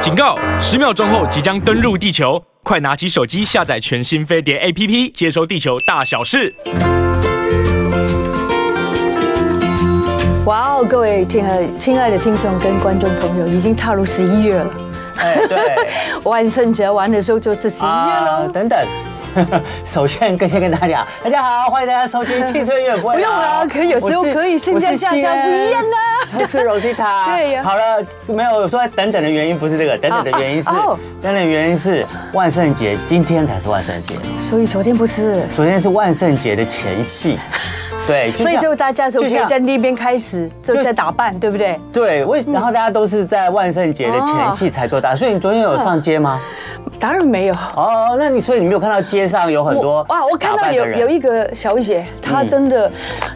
警告！十秒钟后即将登陆地球，快拿起手机下载全新飞碟 APP，接收地球大小事。哇哦，各位亲爱亲爱的听众跟观众朋友，已经踏入十一月了。哎， 对，万圣节玩的时候就是十一月啊喽，。等等。 首先跟先跟大家，大家好，欢迎大家收听《青春乐播》。不用啊可以有时候我是可以现在下架不一样啊。 我是 Rosita。对呀好了，没有我说等等的原因不是这个，等等的原因是，啊啊哦等等的原因是万圣节，今天才是万圣节，所以昨天不是，昨天是万圣节的前戏。对，所以像就大家就可就以像在那边开始就在打扮，对不对？对，为然后大家都是在万圣节的前戏才做哦大，所以你昨天有上街吗？当然没有。哦，那你所以你没有看到街上有很多我哇！我看打到扮有的人嗯有一个小姐，她真的，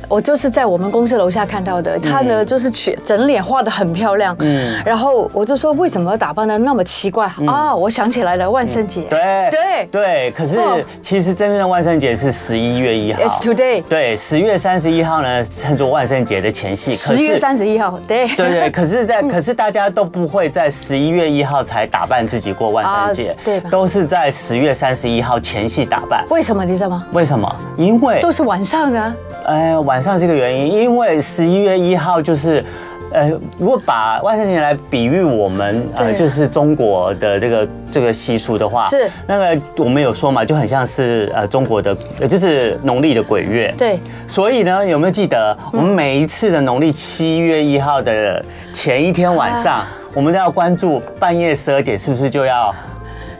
我就是在我们公司楼下看到的。她呢，就是去整脸画的很漂亮，嗯嗯，然后我就说为什么打扮的那么奇怪啊？我想起来了，万圣节，嗯对对对，可是哦其实真正的万圣节是十一月一号。 ，It's today，对，十月三十一号呢，称作万圣节的前戏。可十是一月三十一号，嗯对对 对，可是在，可是大家都不会在十一月一号才打扮自己过万圣节啊，对吧都是在十月三十一号前戏打扮。为什么你知道吗？为什么？因为都是晚上啊，呃，晚上这个原因，因为十一月一号就是。呃，如果把万圣节来比喻我们对啊呃，就是中国的这个这个习俗的话，是那个我们有说嘛，就很像是呃中国的，呃就是农历的鬼月。，对，所以呢，有没有记得我们每一次的农历七月一号的前一天晚上，啊我们都要关注半夜十二点是不是就要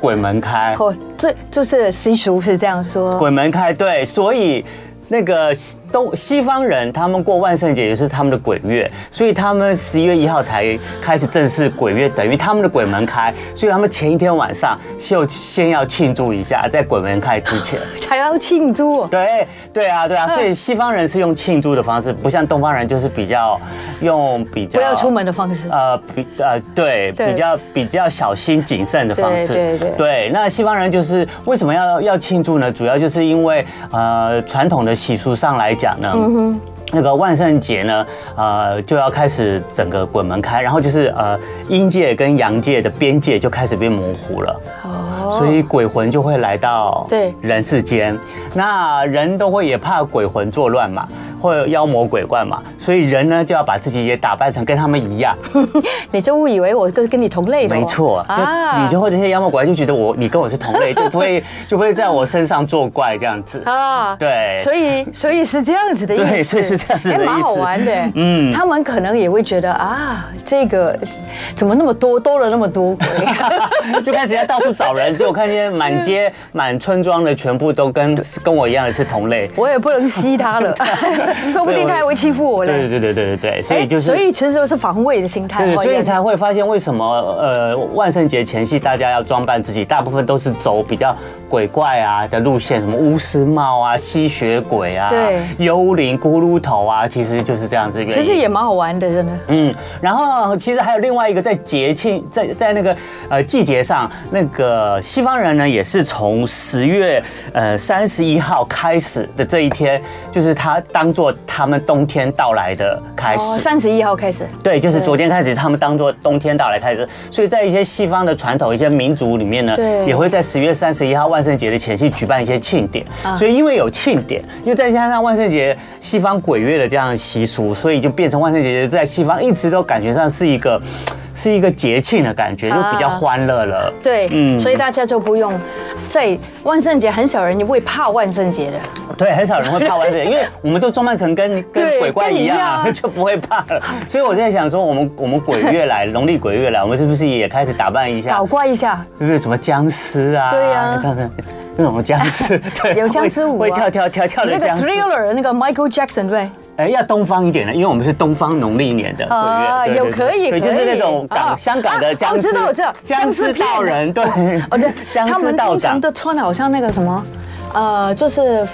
鬼门开？哦，这就是习俗是这样说，鬼门开，对，所以那个西东西方人他们过万圣节也是他们的鬼月，所以他们十一月一号才开始正式鬼月，等于他们的鬼门开，所以他们前一天晚上就先要庆祝一下，在鬼门开之前。还要庆祝哦，对对啊，对啊，所以西方人是用庆祝的方式，不像东方人就是比较用比较不要出门的方式，呃，比呃，对，对比较比较小心谨慎的方式。对对对那西方人就是为什么要要庆祝呢？主要就是因为呃，传统的习俗上来讲呢。嗯那个万圣节呢，呃，就要开始整个鬼门开，然后就是呃，阴界跟阳界的边界就开始变模糊了。哦，所以鬼魂就会来到对人世间。那人都会也怕鬼魂作乱嘛，或者妖魔鬼怪嘛，所以人呢就要把自己也打扮成跟他们一样。你就误以为我跟跟你同类的哦，没错，就啊你就会这些妖魔鬼怪就觉得我你跟我是同 类，就不会就不会在我身上作怪这样子。啊，对所以所以是这样子的意思，对所以是这样子的哎蛮好意思玩的，嗯，嗯他们可能也会觉得啊，这个怎么那么多，多了那么 多鬼， 就开始要到处找人，结果看见满嗯街满村庄的全部都跟跟我一样的是同类。我也不能吸他 了，说不定他还会欺负我嘞，对对对对对对，所以就是哎所以其实就是防卫的心态，对，哦所以也才会发现为什么呃万圣节前夕大家要装扮自己，大部分都是走比较鬼怪啊的路线，什么巫师帽啊、吸血鬼啊、对幽灵、咕噜头啊，其实就是这样子一个原其因。实也蛮好玩的，真的。嗯，然后其实还有另外一个在节庆，在在那个呃季节上，那个西方人呢也是从十月呃三十一号开始的这一天，就是他当做他们冬天到来的开始。哦，三十一号开始，对，就是对昨天开始，他们当做冬天到来开始，所以在一些西方的传统、一些民族里面呢对，也会在十月三十一号万圣节的前夕举办一些庆典。啊所以因为有庆典，又再加上万圣节西方鬼月的这样的习俗，所以就变成万圣节在西方一直都感觉上是一个是一个节庆的感觉，就比较啊欢乐了。对，嗯所以大家就不用在万圣节，很少人会怕万圣节的。对，很少人会怕万圣节，因为我们都装扮 成跟对跟鬼怪一样啊跟你一样 就不会怕了。所以我在想说，我们我们鬼 月来，农历鬼月来，我们是不是也开始打扮一下搞？怪一下，有没有什么僵尸啊？对呀这样的那种僵 尸，对，有僵尸舞啊会会跳跳跳跳那的个僵尸。 Thriller 那个 Michael Jackson 对哎，要东方一点的，因为我们是东方农历年的鬼啊月，对有可以对，对可以就是那种啊港香港啊的僵我尸，知道我知道僵僵尸尸片道人，对，哦不对， 僵他尸们道通长常，都穿的好像那个什么，呃，就是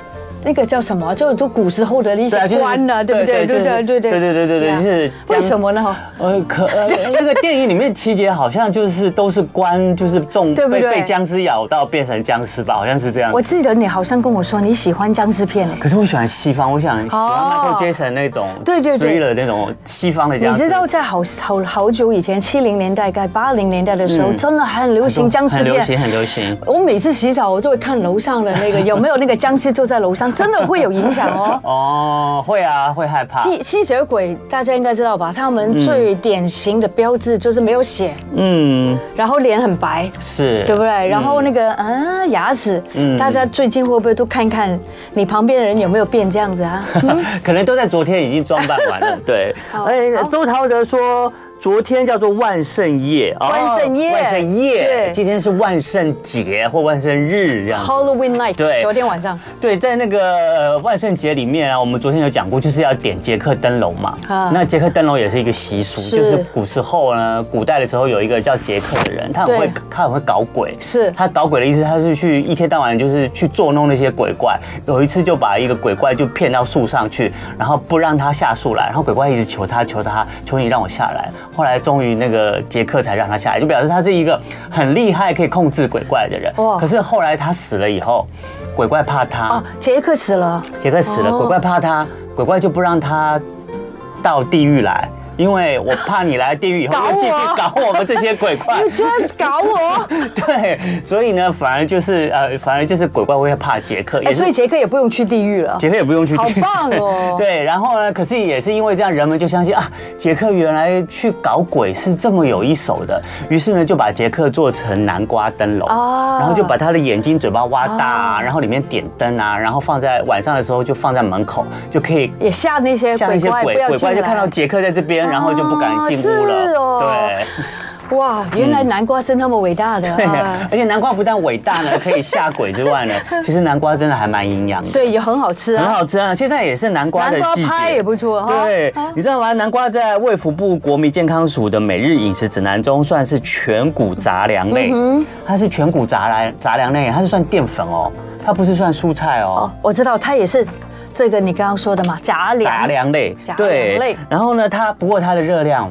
那个叫什么？就就古时候的一对啊，些就是官呢，对不对？对对对对对对对对对对，就啊是为江什么呢？哈，呃，可呃，那个电影里面七姐好像就是都是关，就是中对不被对被僵尸咬到变成僵尸吧，好像是这样我子。记得你好像跟我说你喜欢僵尸片诶。可是我喜欢西方，我想喜欢哦 Michael Jackson 那种，对对对 thriller 那种西方的你僵尸。知道在好好好久以前，七零年代、该八零年代的时候，嗯真的很流行僵尸很流片。行，很流行。我每次洗澡，我就会看楼上的那个有没有那个僵尸坐在楼上，真的会有影响 哦。哦，会啊，会害怕。吸吸血鬼大家应该知道吧？他们最典型的标志就是没有血，嗯，然后脸很白，是，对不对？然后那个啊牙齿，嗯大家最近会不会都看看你旁边的人有没有变这样子 啊？可能都在昨天已经装扮完了。 对，好哎，好周陶德说。昨天叫做万圣夜，哦万圣夜万圣夜对，今天是万圣节或万圣日这样子。 Halloween night，对昨天晚上对，在那个呃万圣节里面啊，我们昨天有讲过，就是要点捷克灯笼嘛。啊那捷克灯笼也是一个习俗，是就是古时候呢，古代的时候有一个叫捷克的人，他很对会，他很会搞鬼。是他搞鬼的意思，他是去一天到晚就是去捉弄那些鬼怪。有一次就把一个鬼怪就骗到树上去，然后不让他下树来，然后鬼怪一直求他求他求你让我下来。后来终于那个杰克才让他下来，就表示他是一个很厉害可以控制鬼怪的人。哇可是后来他死了以后，鬼怪怕他。哦，杰克死了，杰克死了，哦鬼怪怕他，鬼怪就不让他到地狱来，因为我怕你来地狱以搞后我又继续搞我们这些鬼怪 You。just 搞我，对，所以呢，反而就是呃，反而就是鬼怪会怕杰克，哎 也所以是。杰克也不用去地狱了。杰克也不用去，好棒哦 对，然后呢？可是也是因为这样，人们就相信啊，杰克原来去搞鬼是这么有一手的。于是呢，就把杰克做成南瓜灯笼，哦然后就把他的眼睛、嘴巴挖大啊，然后里面点灯啊，然后放在晚上的时候就放在门口，就可以也吓那些像哎一鬼些怪，鬼不要鬼进怪来。就看到杰克在这边，然后就不敢进屋哦是了。哦对。哇，原来南瓜是那么伟大的 对啊！，而且南瓜不但伟大呢，可以吓鬼之外 呢，其实南瓜真的还蛮营养的。对，也很好吃很啊。好吃啊！现在也是南瓜的季南瓜节，派也不错哈对啊，你知道吗？南瓜在卫福部国民健康署的每日饮食指南中算是全谷杂粮嗯类，它是全谷杂粮杂粮类，它是算淀粉哦，它不是算蔬菜哦哦。，我知道，它也是这个你刚刚说的嘛，杂粮。杂粮类杂，粮类对。然后呢，它不过它的热量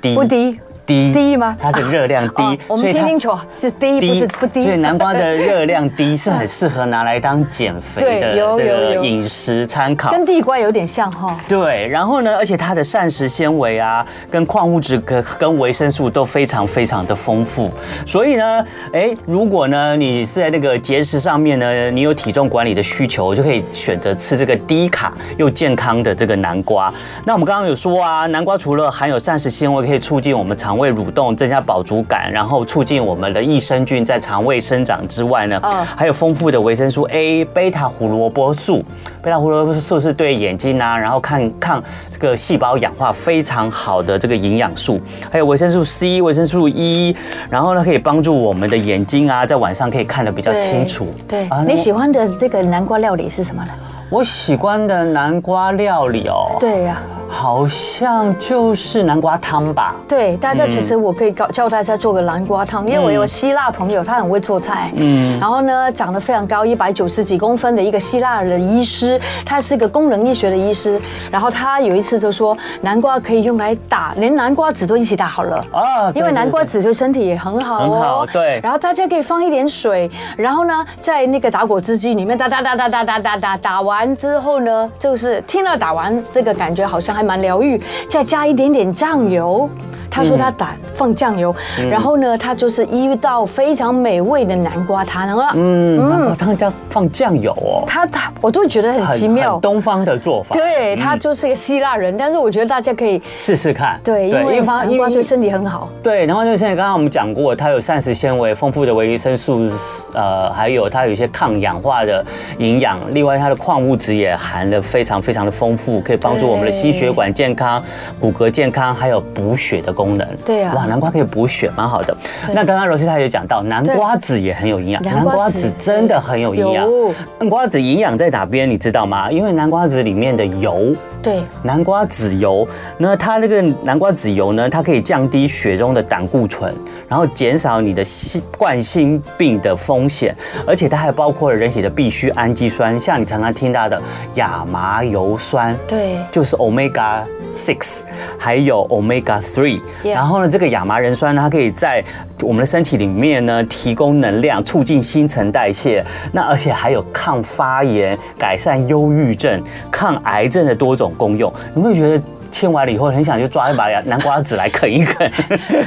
低，不低低低吗它的热量低， 哦我所们以它听清楚，是低不是不低。所以南瓜的热量低 是很适合拿来当减肥的对有这有个有饮食参考。跟地瓜有点像哈。对，然后呢，而且它的膳食纤维啊，跟矿物质跟跟维生素都非常非常的丰富，所以呢，哎，如果呢你是在那个节食上面呢，你有体重管理的需求，就可以选择吃这个低卡又健康的这个南瓜。那我们刚刚有说啊，南瓜除了含有膳食纤维，可以促进我们肠胃蠕动，增加饱足感，然后促进我们的益生菌在肠胃生长之外呢，嗯还有丰富的维生素 A、贝塔胡萝卜素。贝塔胡萝卜素是对眼睛啊，然后看抗这个细胞氧化非常好的这个营养素，还有维生素 C、维生素 E，然后呢可以帮助我们的眼睛啊，在晚上可以看得比较清楚。对啊，你喜欢的这个南瓜料理是什么呢？我我喜欢的南瓜料理哦，，对呀、好像就是南瓜汤吧。对大家，其实我可以教教大家做个南瓜汤，因为我有希腊朋友，他很会做菜。嗯，然后呢，长得非常高，一百九十几公分的一个希腊的医师，他是个功能医学的医师。然后他有一次就说，南瓜可以用来打，连南瓜籽都一起打好了。啊对因为对南瓜对籽对身体也很好哦。很好对然后大家可以放一点水，然后呢，在那个打果汁机里面打打打打打打打打，打完之后呢，就是听了打完这个感觉好像还蛮疗愈，再加一点点酱油。他说他打放酱油，嗯然后呢，他就是一道非常美味的南瓜汤了。嗯，南瓜汤加放酱油哦，他他我都觉得很奇妙很。嗯东方的做法。对他就是个希腊人，但是我觉得大家可以试试看，对，因为南瓜对身体很好。对，然后就是刚刚我们讲过，它有膳食纤维、丰富的维生素，呃，还有它有一些抗氧化的营养。另外，它的矿物质也含的非常非常的丰富，可以帮助我们的心血管健康、骨骼健康，还有补血的功能。对啊哇，南瓜可以补血，蛮好的。对那刚刚罗西塔也讲到，南瓜籽也很有营养，对南瓜籽真的很有营养有。南瓜籽营养在哪边，你知道吗？因为南瓜籽里面的油对，南瓜籽油，那它这个南瓜籽油呢，它可以降低血中的胆固醇，然后减少你的心冠心病的风险，而且它还包括了人体的必需氨基酸，像你常常听到的亚麻油酸，对就是 omega six，还有 omega three。 Yeah 然后呢，这个亚麻仁酸呢，它可以在我们的身体里面呢提供能量，促进新陈代谢。那而且还有抗发炎、改善忧郁症、抗癌症的多种功用。你会觉得？听完了以后，很想就抓一把南瓜籽来啃一啃。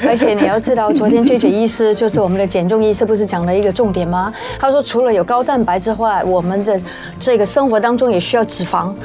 而且你要知道，昨天追雪医师就是我们的减重医师，不是讲了一个重点吗？他说，除了有高蛋白之外，我们的这个生活当中也需要脂肪。嗯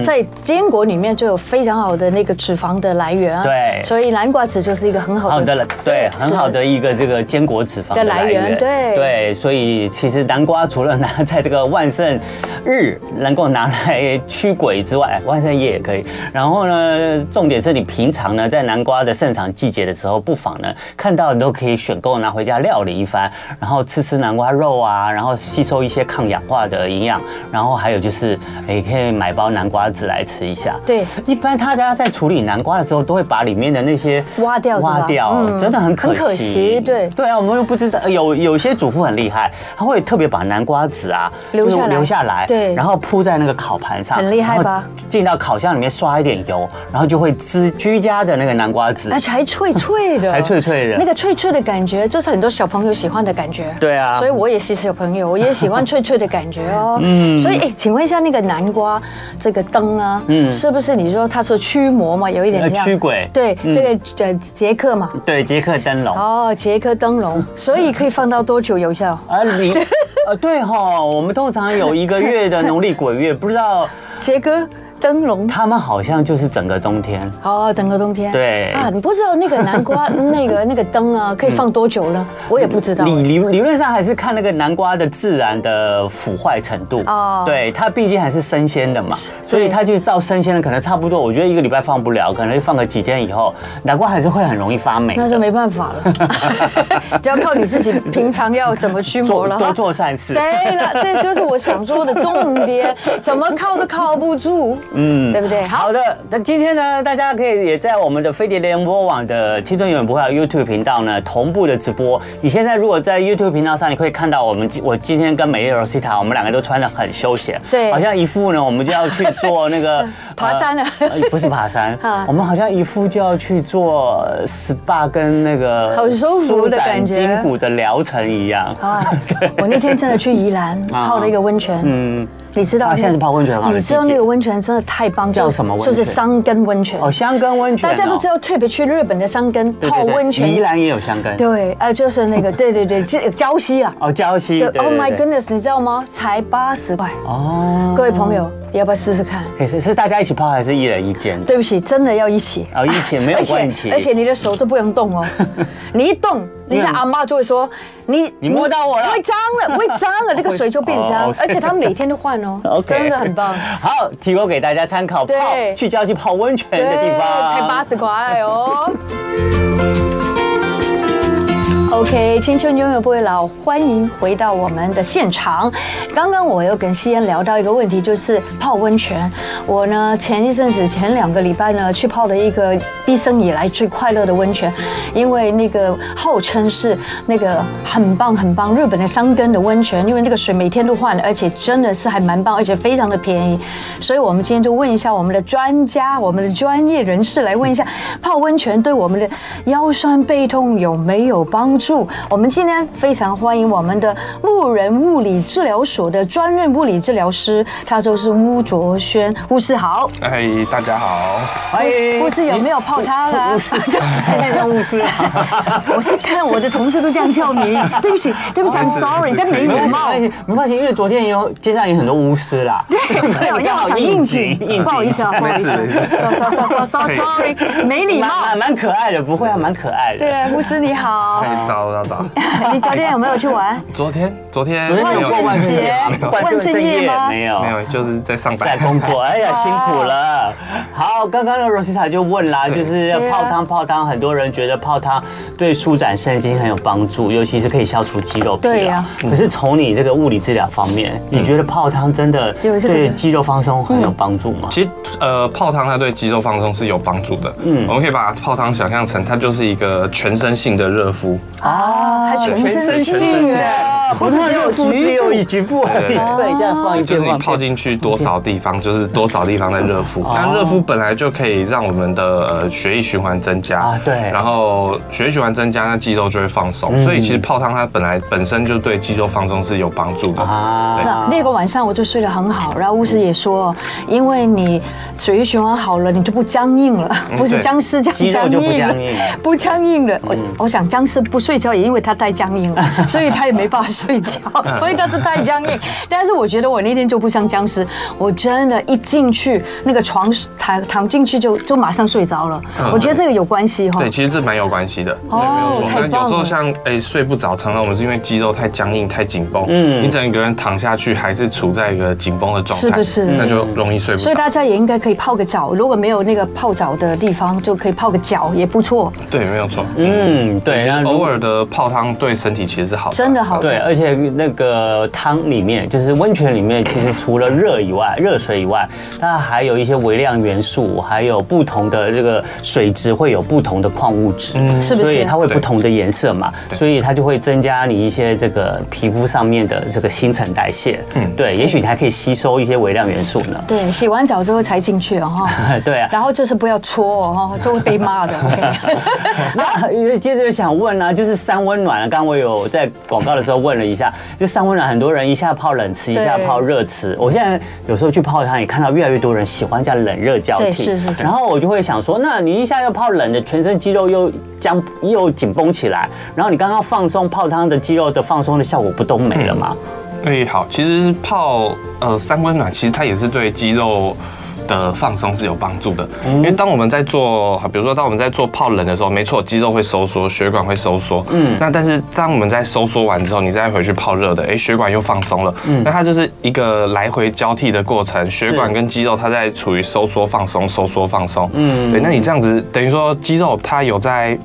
那在坚果里面就有非常好的那个脂肪的来源啊。对所以南瓜籽就是一个很好好的的了，对，是很好的一个这个坚果脂肪的的来来源源，对对，所以其实南瓜除了拿 在这个万圣日能够拿来驱鬼之外，万圣夜也可以。然后呢，重点是你平常呢在南瓜的盛产季节的时候，不妨呢看到你都可以选购拿回家料理一番，然后吃吃南瓜肉啊，然后吸收一些抗氧化的营养，然后还有就是也可以买包南瓜籽来吃一下。对一般大家在处理南瓜的时候，都会把里面的那些挖掉是吧挖掉，嗯真的很可惜。很可惜对对啊，我们又不知道，有有些主妇很厉害，她会特别把南瓜籽啊留就是下来留下来，对然后铺在那个烤盘上，很厉害吧？进到烤箱里面刷一点油，然后就会滋居家的那个南瓜籽而。且还脆脆的， 还脆脆的那个脆脆的感觉就是很多小朋友喜欢的感觉。对啊所以我也是小朋友，我也喜欢脆脆的感觉 哦。嗯，所以哎，请问一下，那个南瓜这个灯啊，嗯，是不是你说它是驱魔嘛？有一点呃像驱鬼对，嗯这个呃杰克嘛，对，捷克灯笼。哦，杰克灯笼，嗯所以可以放到多久有效？啊， 你呃，对哈，我们通常有一个月的农历鬼月，不知道杰克灯笼。他们好像就是整个冬天。哦，等个冬天。对啊，你不知道那个南 瓜那个那个灯啊，可以放多久嗯呢？我也不知道。理理理论上还是看那个南瓜的自然的腐坏程度哦对，它毕竟还是生鲜的嘛，所以它就照生鲜的，可能差不多，我觉得一个礼拜放不了，可能就放个几天以后，南瓜还是会很容易发霉那的。就没办法 了，就要靠你自己平常要怎么驱魔做了。 多做善事对，了，这就是我想说的重 点，怎么靠都靠不住，嗯，对不对？好好，的，那今天呢，大家可以也在我们的飞碟联播网的《青春永远不会老》YouTube 频道呢同步的直播。你现在如果在 YouTube 频道上，你可以看到我们今我今天跟美丽 Rosita，我们两个都穿的很休闲，对好像一副呢我们就要去做 那个爬山了呃 不是爬山 啊，我们好像一副就要去做呃 SPA 跟那个好舒服的舒展感觉筋骨的疗程一样。 啊，我那天真的去宜兰啊泡了一个温泉，嗯，你知道啊那现在是泡温泉很好的你知道季节那个温泉真的太棒，叫就是什么温就是泉香根温泉哦，，香根温泉哦，大家都知道，特别去日本的香根对泡对对温泉，宜兰也有香根，对，呃，就是那个， 对对对，这礁溪啊。哦，礁溪对对对 Oh my 对 goodness，你知道吗？才八十块，哦，各位朋友，要不要试试看？可以是是大家一起泡还是一人一间？对不起，真的要一起。哦，一起没有而且问题。而且你的手都不用 动哦，你一动，你的嗯阿妈就会说你你摸到我了不会脏了，不会脏 了，那个水就变脏哦，而且它每天都换哦 OK，真的很棒。好，提供给大家参考，泡对去郊区泡温泉的地方，才八十块哦。OK，青春永远不会老，欢迎回到我们的现场。刚刚我又跟西安聊到一个问题，就是泡温泉。我呢前一阵子前两个礼拜呢去泡了一个毕生以来最快乐的温泉，因为那个号称是那个很棒很棒日本的山根的温泉，因为那个水每天都换，而且真的是还蛮棒，而且非常的便宜。所以我们今天就问一下我们的专家，我们的专业人士来问一下，泡温泉对我们的腰酸背痛有没有帮助？我们今天非常欢迎我们的牧人物理治疗所的专任物理治疗师，他就是巫卓轩巫师好。嗨，哎大家好。欢迎。巫师有没有泡他啦巫师，太像巫师了。我是看我的同事都这样叫你，对不起，对不起，I'm sorry，真没礼貌。没关系，因为昨天也有街上也有很多巫师啦。对，没有，因为我想应景，不好意思啊，不好意思没事，so so so so so sorry，没礼蛮貌蛮。蛮可爱的，不会啊，蛮可爱的。对，牧师你好 嗨，大家打我要打。哎你昨天有没有去玩？ 昨天昨天昨天没你有过万圣节没有吗？万圣夜没有，没有，就是在上在班。工作， 哎哦呀，辛苦了。好，刚刚那 Rosita 就问啦，就是要对啊泡汤，泡汤，很多人觉得泡汤对舒展身心很有帮助，尤其是可以消除肌肉疲劳。对呀可是从你这个物理治疗方面，你觉得泡汤真的有这个对肌肉放松很有帮助吗？其实呃，泡汤它对肌肉放松是有帮助的。嗯，我们可以把泡汤想象成它就是一个全身性的热敷。啊，还嗯全身性的，不是只有肤局只有一部。局部而已，啊对对，这样放一就遍是你放泡一遍。进去多少地方，就是多少地方在热敷。哦那热敷本来就可以让我们的呃血液循环增加啊对嗯然后血液循环增加，那肌肉就会放松。所以其实泡汤它本来本身就对肌肉放松是有帮助的。啊那那个晚上我就睡得很好，然后巫师也说，因为你血液循环好了，你就不僵硬了，不是僵尸僵嗯肌肉僵就不硬僵硬嗯了， 不僵硬了。我我想僵尸不睡觉也因为他太僵硬 了，所以他也没办法睡觉，嗯所以他是太僵硬。但是我觉得我那天就不像僵尸，我真的一进去那个床躺躺进去就就马上睡着了，嗯我觉得这个有关系哈。对，其实这蛮有关系的，对，哦没有错。太那有时棒了候像哎、睡不着，常常我们是因为肌肉太僵硬、太紧绷，嗯嗯，你整个人躺下去还是处在一个紧绷的状态，是不是那就容易睡不所以着。大家也应该可以泡个脚，如果没有那个泡脚的地方，就可以泡个脚，也不错。对，没有错。嗯，对，然后如偶果尔的泡汤对身体其实是好的，真的好对，而且那个汤里面，就是温泉里面，其实除了热以外，热水以外，它还有一些微量元素，还有不同的这个水质会有不同的矿物质，嗯是不是所以它会不同的颜色嘛，所以它就会增加你一些这个皮肤上面的这个新陈代谢。嗯，对，也许你还可以吸收一些微量元素呢。。对，洗完澡之后才进去哦哈对啊然后就是不要搓哦，哈就会被骂的。OK 那接着想问啊，就是三温暖啊，刚刚我有在广告的时候问了一下，就三温暖，很多人一下泡冷池，一对下泡热池。我现在有时候去泡汤，也看到越来越多人喜欢这样冷热交替。对是是是然后我就会想说，那你一下要泡冷的，全身肌肉又僵又紧绷起来，然后你刚刚放松泡汤的肌肉的放松的效果不都没了吗？对，好，其实泡呃三温暖，其实它也是对肌肉。的放松是有帮助的，因为当我们在做，比如说当我们在做泡冷的时候，没错，肌肉会收缩，血管会收缩，嗯，那但是当我们在收缩完之后，你再回去泡热的，哎，血管又放松了，嗯，那它就是一个来回交替的过程，血管跟肌肉它在处于收缩放松，收缩放松，嗯，对，那你这样子等于说肌肉它有在，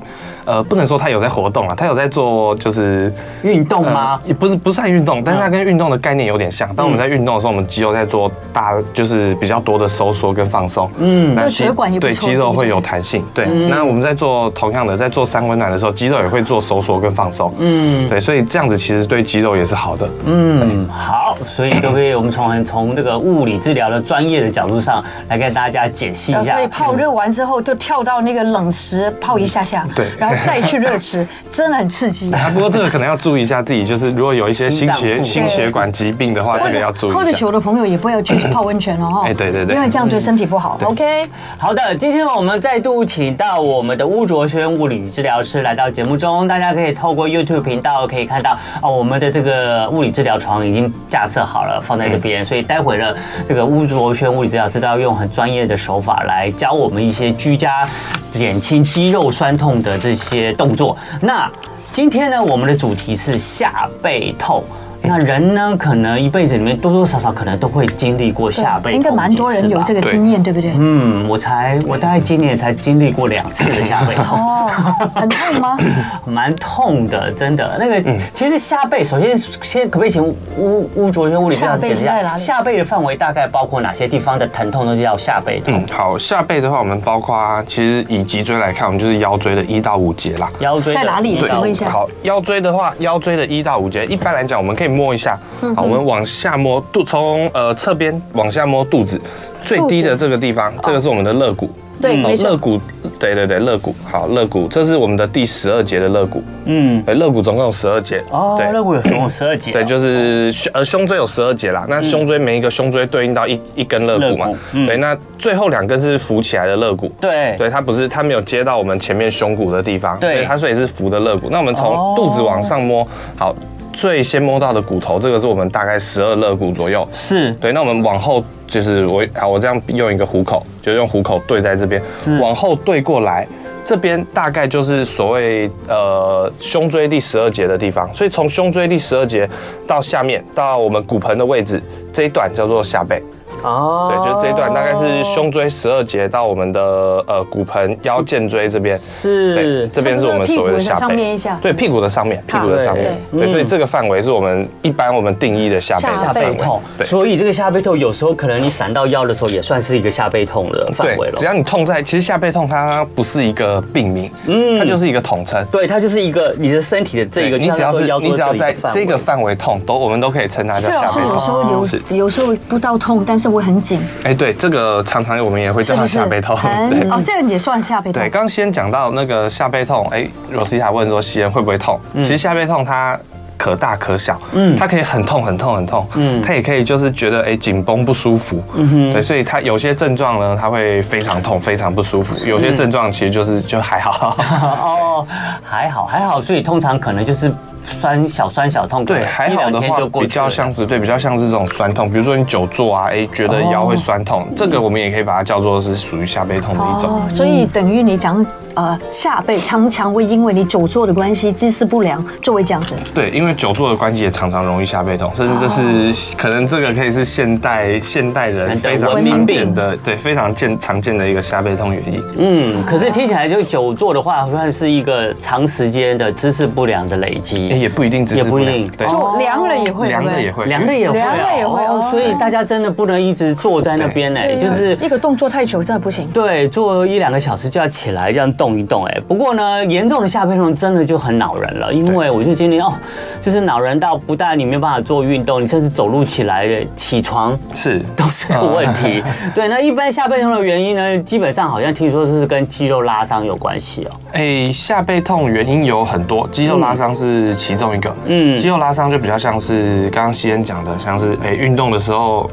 呃，不能说它有在活动啊，它有在做就是嗯运动吗呃？也不是不算运动，但是它跟运动的概念有点像。当我们在运动的时候，我们肌肉在做大，就是比较多的收缩跟放松。嗯，对血管也不对错肌对肉不会对有弹性。对，那我们在做同样的，在做三温暖的时候，肌肉也会做收缩跟放松。嗯，对，所以这样子其实对肌肉也是好的。嗯，好，所以就可以我们从从这个物理治疗的专业的角度上来给大家解析一呃下。嗯所以泡嗯热完之后就跳到那个冷池泡一下下，对然后再去热池，真的很刺 激。啊，不过这个可能要注意一下自己，就是如果有一些心心脏血负心荷血管疾病的话，这个要注意喝一着下。酒的朋友也不要 去泡温泉哦，哈哎对对对因为这样对身体不好。OK，好的，今天我们再度请到我们的巫卓轩物理治疗师来到节目中，大家可以透过 YouTube 频道可以看到哦，我们的这个物理治疗床已经架设好了，放在这边，所以待会儿呢，这个巫卓轩物理治疗师都要用很专业的手法来教我们一些居家减轻肌肉酸痛的这些动作。那今天呢，我们的主题是下背痛。那人呢，可能一辈子里面多多少少可能都会经历过下背应痛，该蛮多人有这个对经验，对不对？嗯，我才我大概今年才经历过两次的下背嗯痛，哦，很痛 吗？蛮痛的，真的。那个、嗯其实下背，首先先可不可以请巫巫卓轩物理治疗师解释一下背是在下哪里下背的范围大概包括哪些地方的疼痛都叫下背痛？嗯，好，下背的话，我们包括其实以脊椎来看，我们就是腰椎的一到五节啦。腰椎的在哪里对请问一下好，腰椎的话，腰椎的一到五节，一般来讲我们可以摸一下，嗯好，我们往下摸肚，从呃侧边往下摸肚子，最低的这个地方，这个是我们的肋骨。对，好没错肋。骨，对对对，肋骨，好，肋骨，这是我们的第十二节的肋骨，嗯，对，肋骨总共有十二节，哦，对肋骨有总共十二节哦，对，就是胸呃胸椎有十二节啦，嗯那胸椎每一个胸椎对应到一一根肋骨嘛肋骨，嗯对，那最后两根是浮起来的肋骨，对对，它不是它没有接到我们前面胸骨的地方，哎对它所以是浮的肋骨。那我们哦从肚子往上摸，好，最先摸到的骨头，这个是我们大概十二肋骨左右。是对，那我们往后嗯就是我啊，我这样用一个虎口，就用虎口对在这边，往后对过来，这边大概就是所谓呃胸椎第十二节的地方，所以从胸椎第十二节到下面到我们骨盆的位置这一段叫做下背，哦对，就是这一段大概是胸椎十二节到我们的呃骨盆腰间椎这边。对，是这边是我们所谓的下背，上面一下对，屁股的上面，屁股的上面，对对，所以这个范围是我们一般我们定义的下背下下背背范围痛，对。所以这个下背痛有时候可能你闪到腰的时候也算是一个下背痛的范对围，了只。要你痛在，其实下背痛它不是一个病名，它就是一个统称。对，它就是一个你的身体的这个，你只要是你只要在这个范范围痛，都我们都可以称它叫最下好是哦背有时痛。候是有有时候不到痛，但是会很紧，哎，对，这个常常我们也会是叫不它是？下背痛。对很哦，这个也算下背痛哦对，。刚刚先讲到那个下背痛，哎，Rosita 问说吸烟会不会痛？嗯其实下背痛它可大可小，嗯，它可以很痛很痛很痛，嗯，它也可以就是觉得哎紧绷不舒服，嗯哼，对，所以它有些症状呢，它会非常痛非常不舒嗯服，有些症状其实就是就 还好，哦，还好还好，所以通常可能就是酸小酸小痛，可对，能还好一的两天话就过比去较了像是对比较像是这种酸痛，比如说你久坐啊，哎觉得腰会酸痛，这个我们也可以把它叫做是属于下背痛的一种。哦，所以等于你讲呃下背常常会因为你久坐的关系，姿势不良就会这样子。对，因为久坐的关系也常常容易下背痛，甚至这是、可能这个可以是现代现代人很多非常哦文常明见病的对非常见常见的一个下背痛原因。嗯，可是听起来就久坐的话，算是一个长时间的姿势不良的累积，哎也不一定只嗯是也不一良定对，坐凉了也会，凉的哦也会。会，凉的也会啊，凉的也会哦所以大家真的不能一直坐在那边哎，就是一个动作太久真的不行。对，坐一两个小时就要起来，这样动一动。哎，不过呢，严重的下背痛真的就很恼人了，因为我就今天哦，就是恼人到不但你没有办法做运动，你甚至走路起来、起床是都是个问题。啊 对，那一般下背痛的原因呢，基本上好像听说是跟肌肉拉伤有关系哦。诶、下背痛原因有很多，肌肉拉伤是其中一嗯个。嗯，肌肉拉伤就比较像是刚刚西恩讲的，像是诶运、动的时候，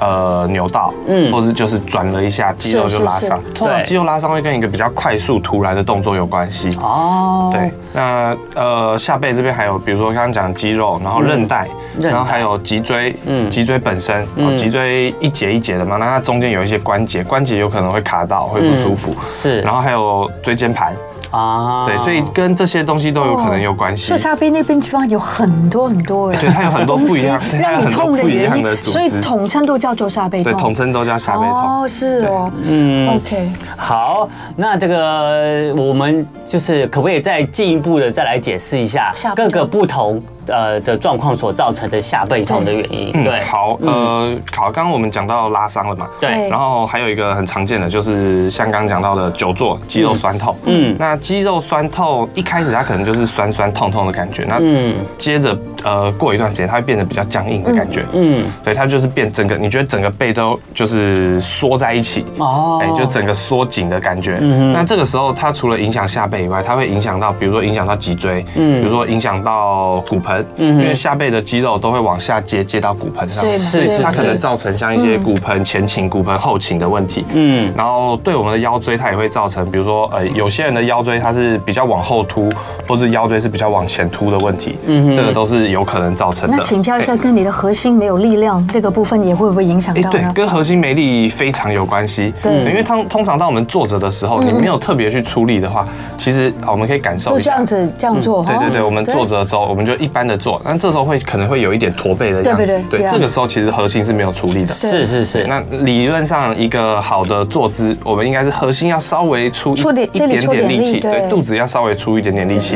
呃扭到，嗯嗯，或是就是转了一下，肌肉是就是拉伤是。通常对肌肉拉伤会跟一个比较快速突然的动作有关系。哦，对，，那呃下背这边还有，比如说刚刚讲肌肉，然后嗯韧带，韧带然后还有脊椎，嗯嗯，脊椎本身，嗯哦，脊椎一节一节的嘛，那它中间有一些关节，关节有可能会卡到，会不舒嗯服。是，然后还有椎间盘，啊哦对，所以跟这些东西都有可能有关系所以。下背那边地方有很多很多哎， 对，它有很多不一 样，对它有让很你多痛的不一原样的因，组所以织，统称都叫做下背对，痛。统称都叫下背痛。哦，是哦，嗯 OK，好，那这个我们就是可不可以再进一步的再来解释一下下背各痛个不同呃的状况所造成的下背痛的原因？对，嗯，，好，呃，好，刚刚我们讲到拉伤了嘛，对对然后还有一个很常见的就是像刚刚讲到的久坐肌肉酸痛，嗯嗯，那肌肉酸痛一开始它可能就是酸酸痛痛的感觉，那嗯接着呃过一段时间它会变得比较僵硬的感觉，嗯，对，它就是变整个你觉得整个背都就是缩在一起，哦，哎、就整个缩紧的感觉。嗯哼那这个时候，它除了影响下背以外，它会影响到，比如说影响到脊椎，嗯比如说影响到骨盆，嗯哼因为下背的肌肉都会往下接，接到骨盆上，对嘛是对它是可能造成像一些骨盆前倾、骨盆后倾的问题。嗯然后对我们的腰椎，它也会造成，比如说，呃，有些人的腰椎它是比较往后凸，或是腰椎是比较往前凸的问题，嗯哼这个都是有可能造成的。那请教一下，哎跟你的核心没有力量这个部分也会不会影响哎、到对，呢？跟核心没力非常有关系。对嗯因为通通常当我们坐着的时候，你没有特别去出力的话，其实啊我们可以感受就一这下样。子这样做，对对对，哦我们坐着的时候，我们就一般的坐，但这时候会可能会有一点驼背的样对对子对。对啊这个时候其实核心是没有出力的。是是是，那理论上一个好的坐姿，我们应该是核心要稍微出一出点一这里点出点点力力气，对对，肚子要稍微出一点点力气。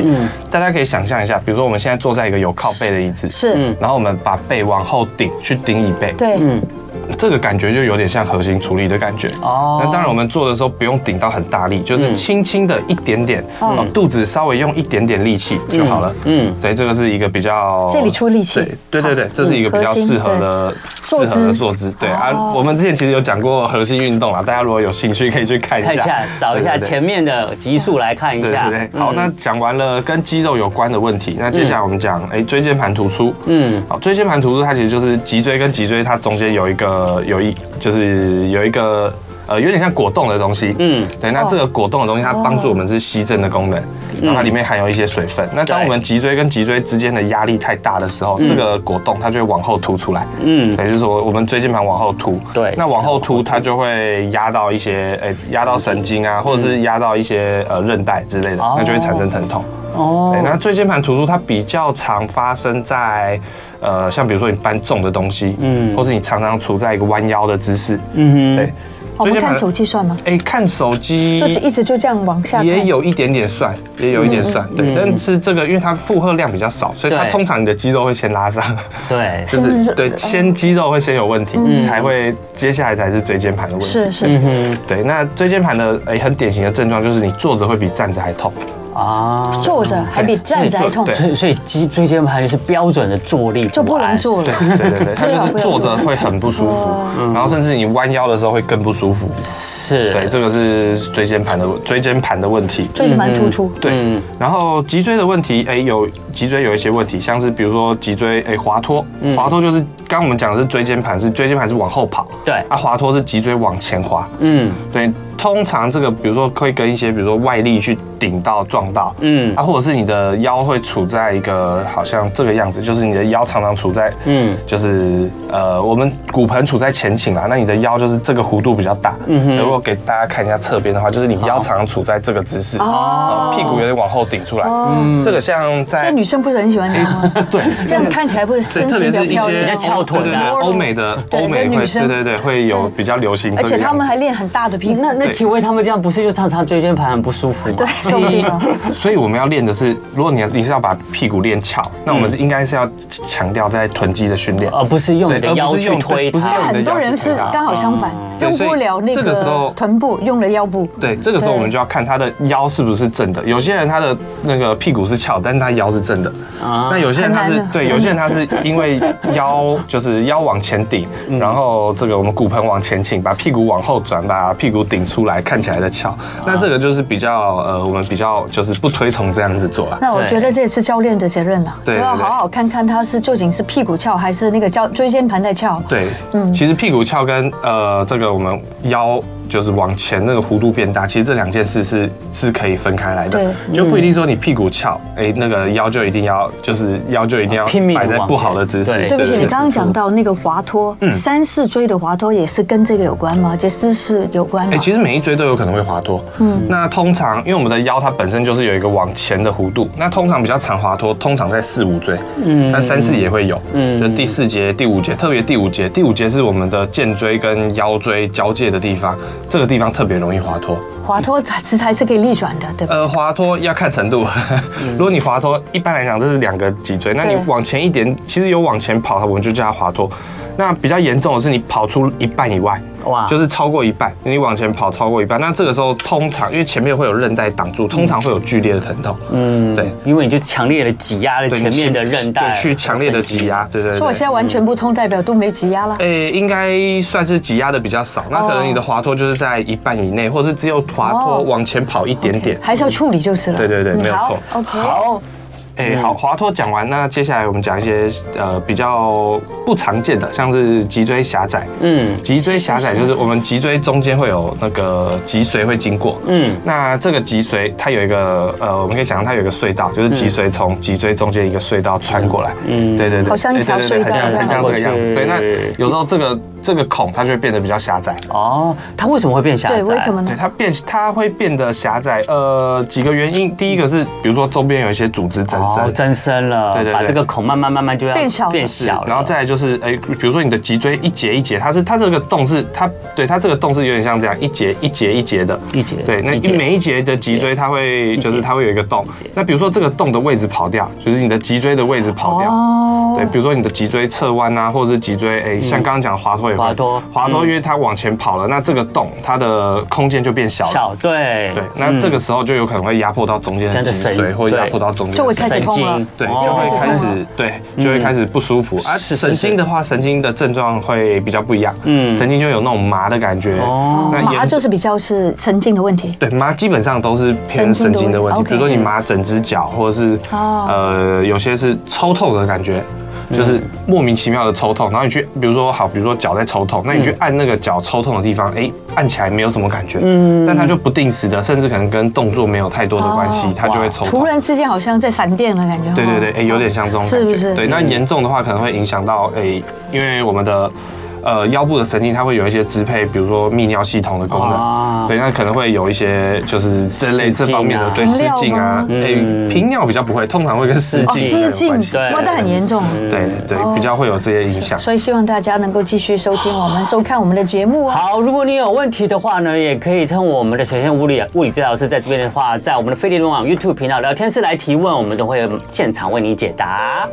大家可以想象一下，比如说我们现在坐在一个有靠背的椅子，是嗯然后我们把背往后顶，去顶椅背，对，嗯这个感觉就有点像核心处理的感觉哦哦。那当然，我们做的时候不用顶到很大力，就是轻轻的一点点，哦肚子稍微用一点点力气就好了。嗯嗯，对，这个是一个比较这里出力气对对对对，这是一个比较适合的适心对合坐的坐姿。对啊，我们之前其实有讲过核心运动啦，大家如果有兴趣可以去看一下，看一下找一下对对对前面的集数来看一对下，对对，好，嗯那讲完了跟肌肉有关的问题，那接下来我们讲，哎、椎间盘突出。嗯嗯，好，椎间盘突出它其实就是脊椎跟脊椎它中间有一个有一就是有一个呃有点像果冻的东西。嗯嗯，对，那这个果冻的东西它帮助我们是吸震的功能。然后它里面含有一些水分。那当我们脊椎跟脊椎之间的压力太大的时候，这个果冻它就会往后凸出来。嗯嗯，也就是说我们椎间盘往后凸。对那往后凸它就会压到一些，诶，压到神经啊，或者是压到一些呃韧带之类的，哦那就会产生疼痛。哦对，那椎间盘突出它比较常发生在，呃，像比如说你搬重的东西，嗯嗯，或是你常常处在一个弯腰的姿势，嗯哼，对。我们看手，机算吗？哎、看手机就一直就这样往下看。也有一点点算，也有一点算，对。但是这个因为它负荷量比较少，所以它对通常你的肌肉会先拉伤，对，就先嗯是是对，先肌肉会先有问题，才会接下来才是椎间盘的问题。是是。嗯哼对，那椎间盘的哎、很典型的症状就是你坐着会比站着还痛，啊，坐着哎还比站着还痛对，所以所以脊椎间盘是标准的坐立就不能安，坐了。对对对，它就不是要坐不要着会很不舒啊哦服，然后甚至你弯腰的时候会更不舒服。嗯是，对，这个是椎间盘的椎间盘的问题。椎间盘突出，对嗯，然后脊椎的问题，哎，有脊椎有一些问题，像是比如说脊椎哎滑脱，嗯滑脱就是刚刚我们讲的是椎间盘，是椎间盘是往后跑，对啊滑脱是脊椎往前滑，嗯对，通常这个比如说会跟一些比如说外力去顶到撞到，嗯啊，或者是你的腰会处在一个好像这个样子，就是你的腰常常处在，嗯嗯，就是呃，我们骨盆处在前倾啦，啊那你的腰就是这个弧度比较大。嗯哼，如果给大家看一下侧边的话，就是你腰常常处在这个姿势，哦哦，屁股有点往后顶出来，嗯，这个像现在在女生不是很喜欢这样吗？对。 这样看起来不是哎对，身特形别比较漂是一些哦亮较吗，翘臀的啊对对对欧美的对欧美跟会，女生嗯对对对，会有比较流行这而个样子。且他们还练很大的屁股，那那对请问他们这样不是就常常椎间盘很不舒服吗？对，嗯说不定哦。所以我们要练的是，如果你你是要把屁股练翘，那我们是应该是要强调在臀肌的训练。而呃不是用你的 对而腰不是去用推不是它用。很多人是刚好相反，嗯对用不了那所以这个时个候臀部，用了腰部。对，这个时候我们就要看他的腰是不是正的。有些人他的那个屁股是翘，但是他腰是正的。啊那有些人他很是难啊对，有些人他是因为腰就是腰往前顶，然后这个我们骨盆往前倾，把屁股往后转，把屁股顶出来，看起来的翘。那这个就是比较呃，我们比较就是不推崇这样子做啦。那我对觉得这也是教练的责任了，就对对要对好好看看他是究竟是屁股翘还是那个腰椎间盘在翘。对，嗯其实屁股翘跟呃这个我们腰就是往前那个弧度变大，其实这两件事是是可以分开来的，对就不一定说你屁股翘，哎、那个腰就一定要就是腰就一定要啊拼命地摆在不好的姿势往前。对不起，你刚刚讲到那个滑脱，嗯三四椎的滑脱也是跟这个有关吗？这姿势有关哎、吗？其实每一椎都有可能会滑脱。嗯，那通常因为我们的腰它本身就是有一个往前的弧度，那通常比较常滑脱，通常在四五椎，嗯，那三四也会有，嗯，就是第四节、第五节，特别第五节，第五节是我们的肩椎跟腰椎交界的地方，这个地方特别容易滑脱。滑脱其实还是可以逆转的，对吧？呃，滑脱要看程度。 如果你滑脱，一般来讲这是两个脊椎，那你对往前一点，其实有往前跑，我们就叫它滑脱。那比较严重的是你跑出一半以外，哇哇，就是超过一半，你往前跑超过一半，那这个时候通常因为前面会有韧带挡住，通常会有剧烈的疼痛。嗯，对，因为你就强烈的挤压了对前面的韧带，对去强烈的挤压，对呃对对。哎所以我现在完全不通，代表都没挤压啦。诶、应该算是挤压的比较少，那可能你的滑脱就是在一半以内，或者是只有滑哦脱往前跑一点点 OK，。还是要处理就是了。对对对嗯没有好错 OK，好，哎、好，滑脱讲完，那接下来我们讲一些呃比较不常见的，像是脊椎狭窄。嗯脊椎狭窄就是我们脊椎中间会有那个脊髓会经过，嗯那这个脊髓它有一个呃，我们可以想象它有一个隧道，就是脊髓从脊椎中间一个隧道穿过来。嗯嗯，对对对，好像一条哎对对对隧道很像很像这个样这样子。对，那有时候这个这个孔它就会变得比较狭窄。哦，它为什么会变狭窄？对，为什么呢对？它变，它会变得狭窄。呃，几个原因，第一个是比如说周边有一些组织增生哦，，增生了，对对对把这个孔慢慢慢慢就要变小了变小了，然后再来就是，哎、比如说你的脊椎一节一节，它是它这个洞是它，对它这个洞是有点像这样一节一节一节的，一节对，那一节一每一节的脊椎它会节就是它会有一个洞节，那比如说这个洞的位置跑掉，就是你的脊椎的位置跑掉。哦嗯对，比如说你的脊椎侧弯啊，或者是脊椎，哎、像刚刚讲的滑脱也会滑脱滑脱，嗯因为它往前跑了，那这个洞它的空间就变小了，小对对，那这个时候就有可能会压迫到中间真的的脊神髓，或对压迫到中间的就会开神始经神痛了经对，哦就会开开始始痛了对，就会开始不舒服。啊，嗯是是神经的话，神经的症状会比较不一样。嗯嗯，神经就有那种麻的感觉。哦那麻严就是比较是神经的问题。对麻基本上都是神偏神经经的的问问题题，比如说 OK 你麻整只脚，或者是哦呃有些是抽痛的感觉。嗯就是莫名其妙的抽痛，然后你去，比如说好，比如说脚在抽痛，那嗯你去按那个脚抽痛的地方，哎，按起来没有什么感觉，嗯，但它就不定时的，甚至可能跟动作没有太多的关系哦，它就会抽痛突。然之间好像在闪电了，感觉。对对对，哦哎、有点像这种感觉。是不是嗯对，那严重的话可能会影响到哎、因为我们的呃腰部的神经它会有一些支配，比如说泌尿系统的功能。啊对，那可能会有一些就是这类失这禁啊方面的对频失尿禁啊吗，哎嗯，频尿比较不会，通常会跟失哦，禁有失禁关系。，对哇，那很严重。对哦对，比较会有这些影响。所以希望大家能够继续收听我们、收看我们的节目啊。好，如果你有问题的话呢，也可以通过我们的首先物理物理治疗师在这边的话，在我们的飞碟联网 YouTube 频道聊天室来提问，我们都会现场为你解答。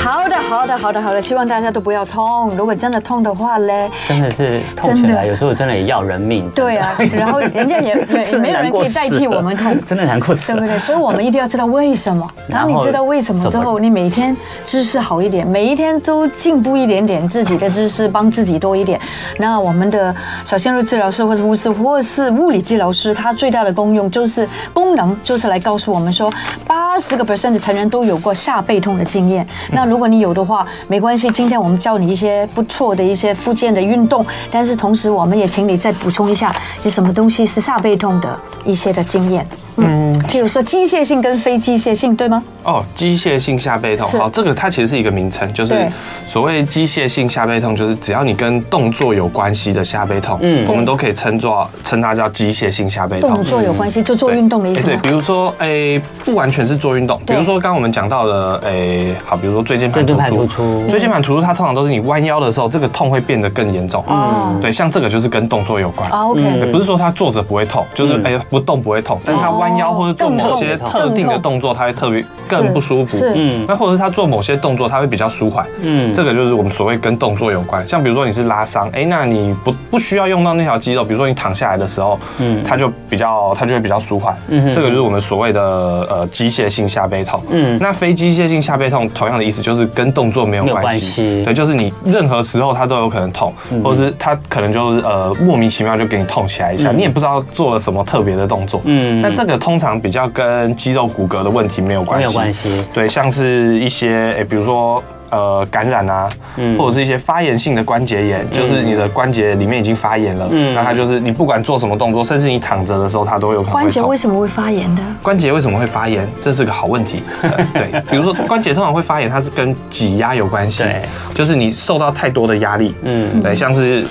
好的，好的，好的，好的，希望大家都不要痛。如果真的痛的话嘞，真的是痛起真来，的有时候真的也要人命。真的对啊，然后人家也 也也没有人可以代替我们痛。真的难过死对不了。对？所以我们一定要知道为什么。然当后你知道为什么之怎后，么你每天知识好一点，每一天都进步一点点，自己的知识帮自己多一点。那我们的小鲜肉治疗师或者护士或是物理治疗师，它最大的功用就是功能就是来告诉我们说，八十个 percent 的成人都有过下背痛的经验。嗯那如果你有的话，没关系，今天我们教你一些不错的一些附件的运动，但是同时我们也请你再补充一下，有什么东西是下背痛的一些的经验。嗯，譬如说机械性跟非机械性，对吗？哦，机械性下背痛，哦是好，这个它其实是一个名称，就是对所谓机械性下背痛，就是只要你跟动作有关系的下背痛，嗯我们都可以称作称它叫机械性下背痛。动作有关系，就做对运动的意哎思对，吗比？如说，哎、不完全是做运动，比对如说刚刚我们讲到的，哎、好，比如说椎间盘椎间盘突突出，出，椎间盘突出，它通常都是你弯腰的时候，这个痛会变得更严重。哦，对，像这个就是跟动作有关。啊，OK，不是说他坐着不会痛，就是嗯哎、不动不会痛，但是他弯腰或者做某些更痛特哦更定的痛动作，他会特别更不舒服。是是嗯那或者是他做某些动作，他会比较舒缓。嗯这个就是我们所谓跟动作有关，像比如说你是拉伤，哎，那你不不需要用到那条肌肉，比如说你躺下来的时候，嗯嗯，它就比较它就会比较舒缓，嗯哼这个就是我们所谓的呃机械性下背痛，嗯嗯，那非机械性下背痛同样的意思就是跟动作没有没有关关系嗯系，对，就是你任何时候它都有可能痛，或者是它可能就是呃莫名其妙就给你痛起来一下，你也不知道做了什么特别的动作，嗯嗯，那这个通常比较跟肌肉骨骼的问题没有关系，没有关系。对，像是一些诶、比如说呃感染啊，嗯或者是一些发炎性的关节炎，就是你的关节里面已经发炎了，嗯那它就是你不管做什么动作，甚至你躺着的时候，它都有可能关会节痛为。什么会发炎的？关节为什么会发炎？这是个好 问题。呃对，比如说关节通常会发炎，它是跟挤压有关系对，就是你受到太多的压力，嗯对，像是。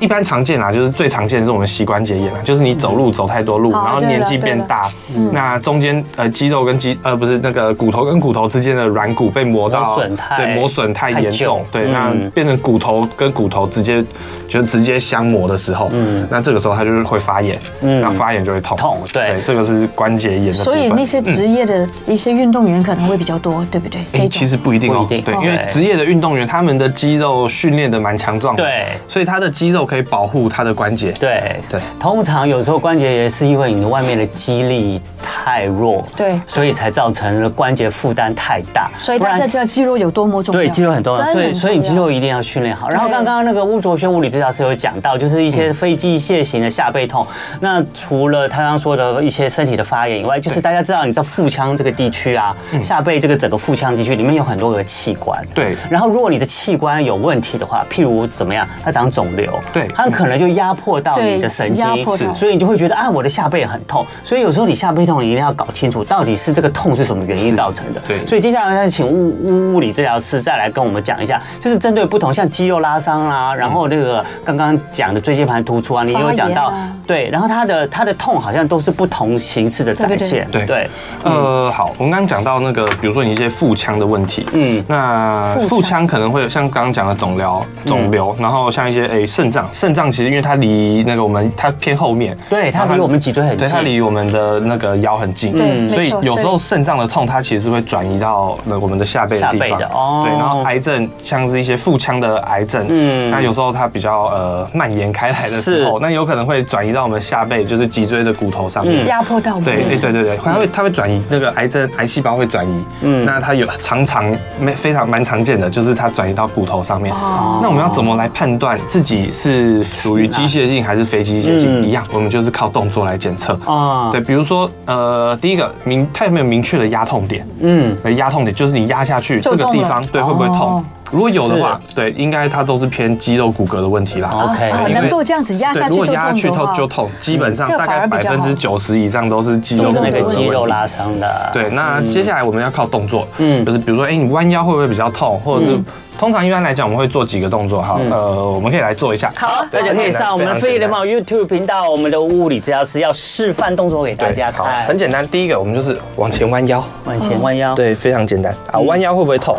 一般常见啊，就是最常见是我们膝关节炎啊，就是你走路走太多路，哦然后对了年纪对变了大，嗯那中间呃肌肉跟肌呃不是那个骨头跟骨头之间的软骨被磨磨到损太对磨损太太严久重，对，那嗯变成骨头跟骨头直接就直接相磨的时候，嗯那这个时候它就是会发炎，嗯那发炎就会痛，痛对这个是关节炎的部分。所以那些职业的一些运动员可能会比较多，对不对？哎、这种其实不一定哦、不一定对，哦因为职业的运动员他们的肌肉训练的蛮强壮的，对所以他的肌肉可以保护他的关节，对对通常有时候关节炎是因为你的外面的肌力太弱，对所以才造成了关节负担太大，所以不大然家知道肌肉有多么重要。对，肌肉很多，真的所以很所以你肌重要肉一定要训练好。然后对刚刚那个巫卓轩物理治疗师有讲到，就是一些非机械型的下背痛。那除了他刚刚说的一些身体的发炎以外，就是大家知道，你知道腹腔这个地区啊，嗯下背这个整个腹腔地区里面有很多个器官。对然后如果你的器官有问题的话，譬如怎么样，它长肿瘤，对它可能就压迫到你的神对压迫到经，所以你就会觉得啊，我的下背很痛。所以有时候你下背痛，你一定要搞清楚到底是这个痛是什么原因造成的。对所以接下来再请物物物理治疗师再来跟我们讲一下，就是针对不同像肌肉拉伤啦、然后那个刚刚讲的椎间盘突出啊，你也有讲到发炎啊，对，然后它的它的痛好像都是不同形式的展现，对呃，好，我们刚刚讲到那个，比如说你一些腹腔的问题，嗯嗯，那腹腹腔腔可能会有像刚刚讲的肿瘤、嗯肿瘤，然后像一些诶肾脏，肾脏其实因为它离那个我们它偏后面，对嗯它然后离我们脊椎很对，它近离我们的那个腰很近，对没错所以有时候对肾脏的痛它其实会转移到那我们的下背的下地背方，的哦对，然后癌症像是一些腹腔的癌症，嗯嗯，那有时候它比较呃蔓延开来的时是候，那有可能会转移到我们下背，就是脊椎的骨头上面嗯，压迫到我们。啊对，哎，对对对，它会它会转移那个癌症癌细胞会转移，嗯，那它有常常没非常蛮常见的，就是它转移到骨头上面。哦那我们要怎么来判断自己是属于机械性还是非机械嗯性？一样，我们就是靠动作来检测。啊对，比如说，呃，呃，第一个明它有没有明确的压痛点？嗯，呃，压痛点就是你压下去就这个痛地了方，对，会不会哦痛？如果有的话，对，应该它都是偏肌肉骨骼的问题啦。哦 OK，啊因为能够这样子压对，下去就如果痛压下去的痛话就痛，基本上这大反概而百比较分好之九十以上都是肌就肉是骨那骼个的肌肉问题拉伤的。对，那接下来我们要靠动作，嗯嗯，就是比如说，哎、你弯腰会不会比较痛，或者是、通常一般来讲，我们会做几个动作嗯哈，呃，我们可以来做一下。好啊大家可以上我们的非常飞碟简单联盟 YouTube 频道，我们的物理治疗师要示范动作给大对，家好，看很。简单。第一个，我们就是往前弯腰，往前弯腰，，对，非常简单啊。嗯弯腰会不会痛？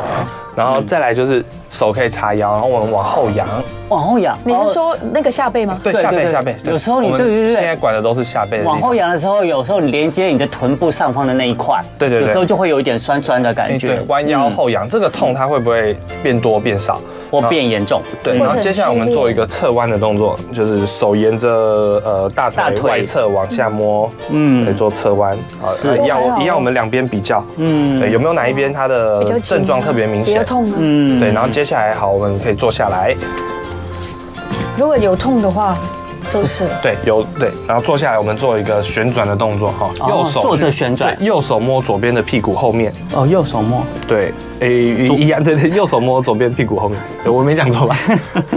然后再来就是手可以叉腰，然后我们往后仰，往后仰。你是哦说那个下背吗？对，对下对背对下背。有时候你我们对对对现在管的都是下背的地方往后仰的时候，有时候你连接你的臀部上方的那一块，对对对有时候就会有一点酸酸的感哎觉对，，弯腰嗯后仰，这个痛它会不会变多变少？或变严重。对，或然是后很接下来我们剧烈做一个侧弯的动作，就是手沿着呃大大腿腿外侧往下摸，嗯嗯，来做侧弯。好是呃一样哦还好我一样，我们两边比较，嗯哎对，有没有哪一边它比较的紧呃症状特别明比较显？痛啊。嗯对，然后接下来好，我们可以坐下来，如果有痛的话，就是了。对，有对，然后坐下来，我们做一个旋转的动作哈，哦右手坐着去旋转对右手摸左边的屁股后面，哦，右手摸，对，诶，一样，对对，右手摸左边屁股后面，对我没讲 错吧？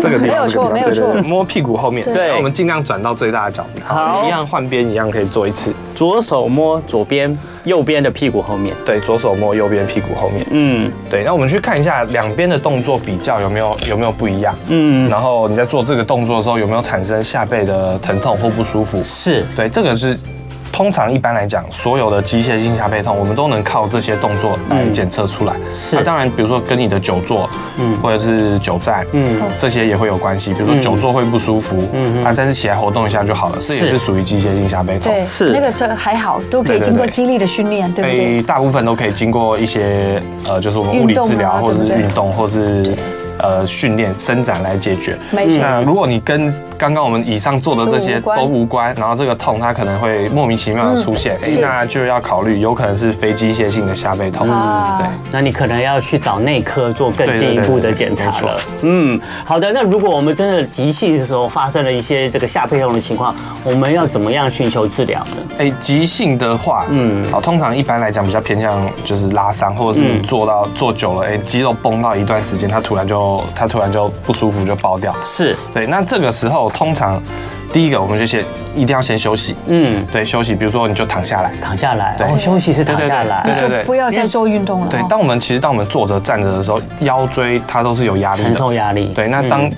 这个地方，没有这个地方错没有对对错对摸屁股后面，对然后我们尽量转到最大的角度，好一样换边，一样可以做一次，左手摸左边，右边的屁股后面。对，左手摸右边屁股后面，嗯对，那我们去看一下两边的动作比较有没有有没有不一样，嗯，然后你在做这个动作的时候有没有产生下背的疼痛或不舒服？是对，这个是通常一般来讲，所有的机械性下背痛，我们都能靠这些动作来嗯检测出来。是那当然，比如说跟你的久坐，嗯嗯，或者是久站，嗯嗯，这些也会有关系。比如嗯说久坐会不舒服，嗯嗯，啊，但是起来活动一下就好了，这也是是属于机械性下背痛。对，哦是那个这还好，都可以对对哎经过对激励的训练，对不对？诶，大部分都可以经过一些呃，就是我们物理治疗，运动啊或者对是不对运动，或是呃训练伸展来解决。没错。那如果你跟刚刚我们以上做的这些嗯都无关都无关，然后这个痛它可能会莫名其妙的出现，嗯是那就要考虑有可能是非机械性的下背痛。啊嗯对，那你可能要去找内科做更进一步的检查对对对了没。嗯，好的。那如果我们真的急性的时候发生了一些这个下背痛的情况，我们要怎么样寻求治疗呢？哎，急性的话，嗯嗯，好，通常一般来讲比较偏向就是拉伤，或者是你嗯做到做久了，哎，肌肉绷到一段时间，它突然就它突然就不舒服就爆掉。是，对，那这个时候通常第一个我们就先一定要先休息，嗯，对，休息，比如说你就躺下来，躺下来，对哦，休息是躺下对来，对对就不要再做运动了。对哦，当我们其实当我们坐着站着的时候，腰椎它都是有压力的承，受压力。对，那当嗯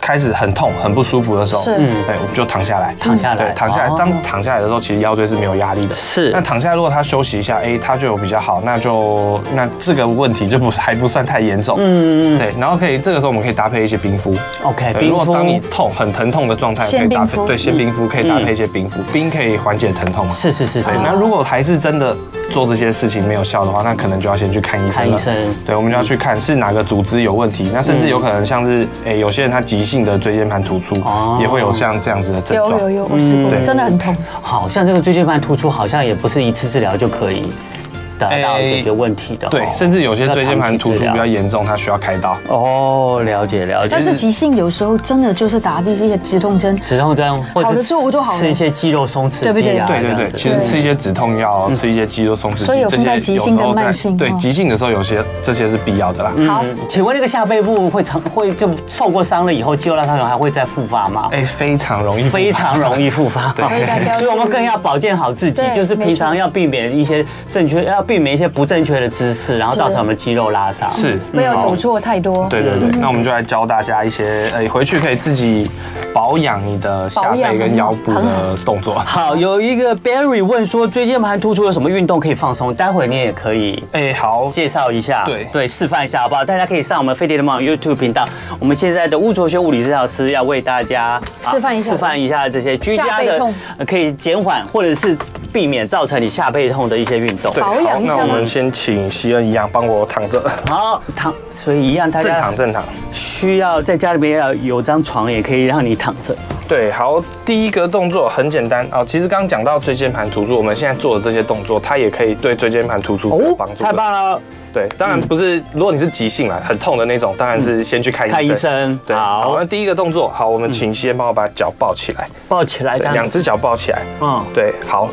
开始很痛、很不舒服的时候，是嗯，对，我们就躺下来，躺下来对，躺下来哦。当躺下来的时候，其实腰椎是没有压力的。是那躺下来，如果他休息一下，哎，他就有比较好，那就那这个问题就不是还不算太严重。嗯嗯。对，然后可以这个时候我们可以搭配一些冰敷。 OK，哎对冰呃如果敷嗯当你痛很疼痛的状态，可现以搭冰敷配对先冰敷，可以搭配一些冰敷，冰可以缓解疼痛嘛。是是是是对，，那如果还是真的做这些事情没有效的话，那可能就要先去看医生看了。医生对，我们就要去看是哪个组织有问题，那甚嗯至有可能像是诶、有些人他急性的椎间盘突出哦，也会有像这样子的症有状。有有，我试过，嗯对真的很痛。好像这个椎间盘突出好像也不是一次治疗就可以达到解决问题的哦，哎对，甚至有些椎间盘突出比较要严重，它需要开刀。哦，了解了解。但是急性有时候真的就是打第一个止痛针，止痛针，或好者了之后我就好了吃一些肌肉松弛对不剂对啊，对对这对样，子其实吃一些止痛药，啊嗯吃一些肌肉松弛剂，所以有分在急性跟慢性对哦急性的时候有些这些是必要的啦。嗯好，请问那个下背部会常会就受过伤了以后，肌肉拉伤以后还会再复发吗？哎，非常容易，非常容易复发，所 以大家要所以我们更要保健好自己，对就是平常没错要避免一些正确，要避免一些不正确的姿势，然后造成我们肌肉拉伤。是不要走错太多。对对对，那我们就来教大家一些，呃，回去可以自己保养你的下保养背跟腰部很好的动作。好，有一个 Barry 问说，椎间盘突出有什么运动可以放松？待会你也可以哎，好，介绍一下，对对，示范一下好不好？大家可以上我们飞碟的网 YouTube 频道，我们现在的巫卓学物理治疗师要为大家啊示范一下示范一下这些居下家背的痛呃可以减缓或者是避免造成你下背痛的一些运动对，。保养好，一下那吗我们先请西恩一样帮我躺着，好，躺，所以一样，大正家躺正躺。需要在家里面要有张床，也可以让你躺着。对，好，第一个动作很简单哦。其实刚刚讲到椎间盘突出，我们现在做的这些动作，它也可以对椎间盘突出是有帮助哦的。太棒了！对，当然不是，如果你是急性啦，很痛的那种，当然是先去看医嗯生。看医生对，好好，那第一个动作，好，我们请先帮我把脚抱起来，抱起来这对样两子，只脚抱起来。嗯，对，好，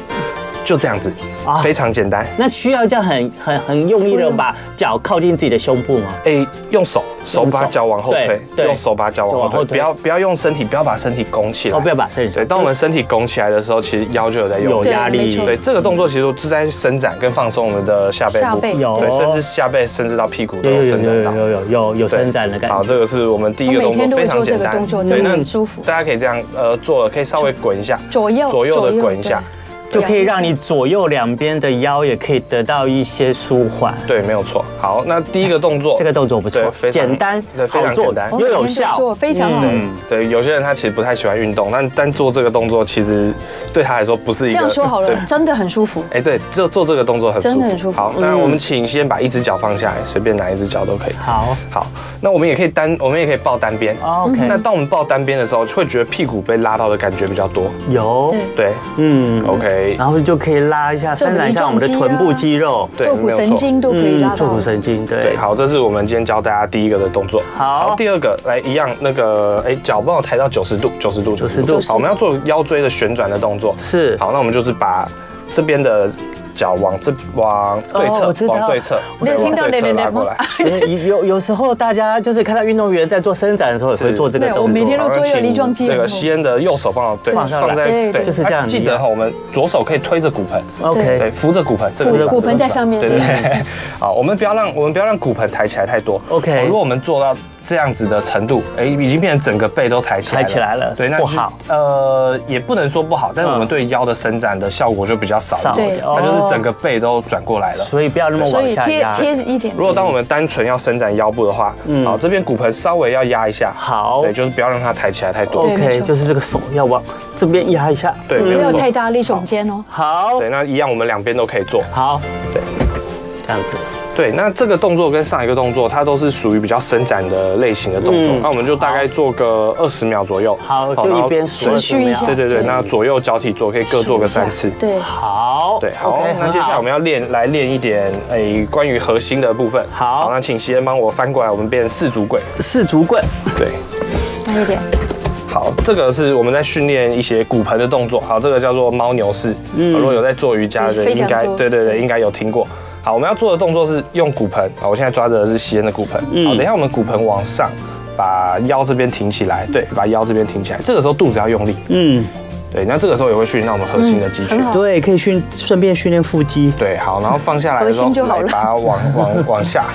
就这样子啊，非常简单。那需要这样很很很用力的把脚靠近自己的胸部吗？哎，用手手把脚往后推对，对用手把脚往往后后推推，不要不要用身体，不要把身体拱起来。哦，不要把身体对，当我们身体拱起来的时候，其实腰就有在用有力。压对没力错，对，这个动作其实是在伸展跟放松我们的下背部，下背有对，甚至下背甚至到屁股都有有有有伸展有到有。有有有有伸展的感好，觉。这个是我们第一个我每动天作，都会非常做这简个单。动作对真的那很舒服大家可以这样，呃，做了可以稍微滚一下，左右左右的滚一下。啊就可以让你左右两边的腰也可以得到一些舒缓。对，没有错。好，那第一个动作，这个动作不错对，非常简单对，非常好做简单对又我有每天都效。哦做非常好。嗯，对，有些人他其实不太喜欢运动，但但做这个动作其实对他来说不是一这个。样说好对了，真的很舒服。哎，对，就做这个动作很舒服。真的很舒服好，嗯那我们请先把一只脚放下来，随便哪一只脚都可以。好好，那我们也可以单，我们也可以抱单边。嗯那哦，OK，当我们抱单边的时候，会觉得屁股被拉到的感觉比较多。有，对，对嗯，OK，然后就可以拉一下、做伸展一下我们的臀部肌肉，对坐骨没有错神经啊都可以拉坐到骨。神经，对对，，好，这是我们今天教大家第一个的动作。好第二个来一样，那个哎，脚帮我抬到九十度，九十度， 90度好，我们要做腰椎的旋转的动作。是，好，那我们就是把这边的脚往这往对哦我侧，知道往对侧，你有对听到往对侧连连拉连过吗来。 有有有时候大家就是看到运动员在做伸展的时候也会是做这个对我动每天作，都做右梨状肌这很个痛西恩的右手放到对放上来对在对就是这样啊记一得样哈，我们左手可以推着骨盆，对， ，OK，扶着骨盆，这骨个地方骨盆在上面对对对。好，我们不要让我们不要让骨盆抬起来太多。 OK 好如果我们做到这样子的程度，哎，已经变成整个背都抬起来了，抬起来了对，那不就是好。呃，也不能说不好，但是嗯我们对腰的伸展的效果就比较少少哦一点，对它就是整个背都转过来了。所以不要那么所往以下贴压，贴一点如，果当我们单纯要伸展腰部的话，嗯好，这边骨盆稍微要压一下，好哦对，就是不要让它抬起来太多。对没 OK，错就是这个手要往这边压一下，对嗯没没有错太大力耸肩哦。好，对，那一样我们两边都可以做。好，对，这样子，对，那这个动作跟上一个动作，它都是属于比较伸展的类型的动作。嗯那我们就大概做个二十秒左右。好，然就后一边数持二续十一秒下对对对，对那左右脚体做可以各做个三次。对，好，对，好 OK，，那接下来我们要练来练一点诶关于核心的部分。好那请西恩帮我翻过来，我们变四足跪。很好四足棍，对，慢一点。好，这个是我们在训练一些骨盆的动作，好，这个叫做猫牛式。嗯，如果有在做瑜伽的非人，常应该多对对对，应该有听过。好，我们要做的动作是用骨盆，好，我现在抓着的是西恩的骨盆。嗯好，等一下我们骨盆往上，把腰这边挺起来，对，把腰这边挺起来，这个时候肚子要用力，嗯，对，那这个时候也会训练到我们核心的肌嗯群很。好对，可以训顺便训练腹肌，对，好，然后放下来的时候，核心就好了来把它 往往往下，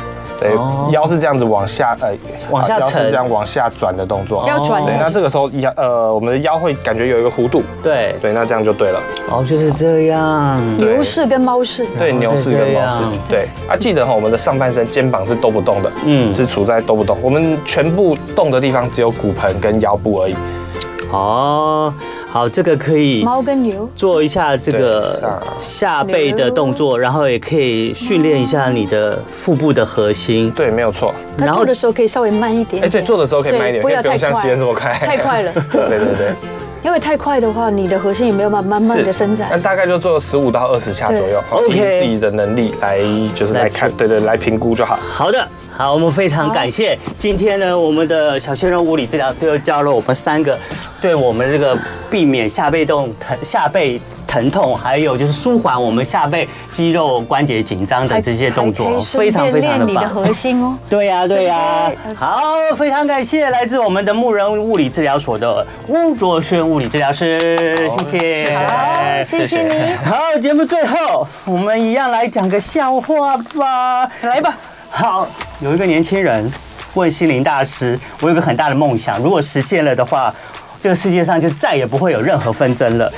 对哦，腰是这样子往下，呃，往下腰是沉这样往下转的动作。要转哦对，那的，这个时候腰，呃，我们的腰会感觉有一个弧度，对，对，那这样就对了。哦，就是这样，对牛式跟猫式，对，然后牛再式这跟猫样式。对，啊，记得哈，我们的上半身肩膀是都不动的，嗯嗯，是处在都不动。我们全部动的地方只有骨盆跟腰部而已。哦，好，这个可以猫跟牛。做一下这个对下背的动作，然后也可以训练一下你的腹部的核心。对，没有错。那然后做的时候可以稍微慢一点。哎，对，做的时候可以慢一对点，不可以要不用太像快西恩这么快，太快 了对对对，因为太快的话，你的核心也没有办法慢慢是的伸那展。大概就做十五到二十下左右，好 OK 依自己的能力来就是来看，对对，来评估就好。好的，好，我们非常感谢今天呢，我们的小鲜肉物理治疗师又教了我们三个，对我们这个避免下背痛疼、下背疼痛，还有就是舒缓我们下背肌肉关节紧张的这些动还可作，哦以非常顺非便练常的你的棒。核心 哦。对呀、对呀、对好，非常感谢来自我们的牧人物理治疗所的巫卓轩物理治疗师，谢哎谢，好，谢谢你，好，节目最后我们一样来讲个笑话吧。来吧。好，有一个年轻人问心灵大师：“我有个很大的梦想，如果实现了的话，这个世界上就再也不会有任何纷争了。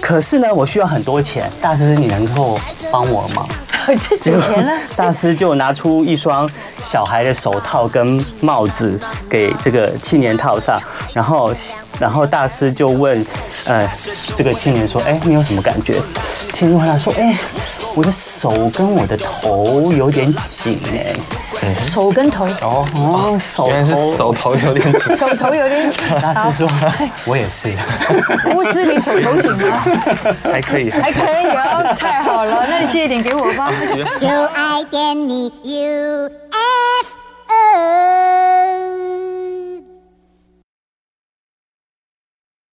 可是呢，我需要很多钱，大师你能够帮我吗？”这几年了，大师就拿出一双小孩的手套跟帽子给这个青年套上，然后然后大师就问，呃，这个青年说，哎，你有什么感觉？青年回答说，哎，我的手跟我的头有点紧哎，手跟头，哦，哦，手原来是头。手头有点紧。手头有点 紧。大师说，我也是， 不是你手头紧吗？还可以。还可以哦，太好了，那你借一点给我吧。就爱点你 UFO。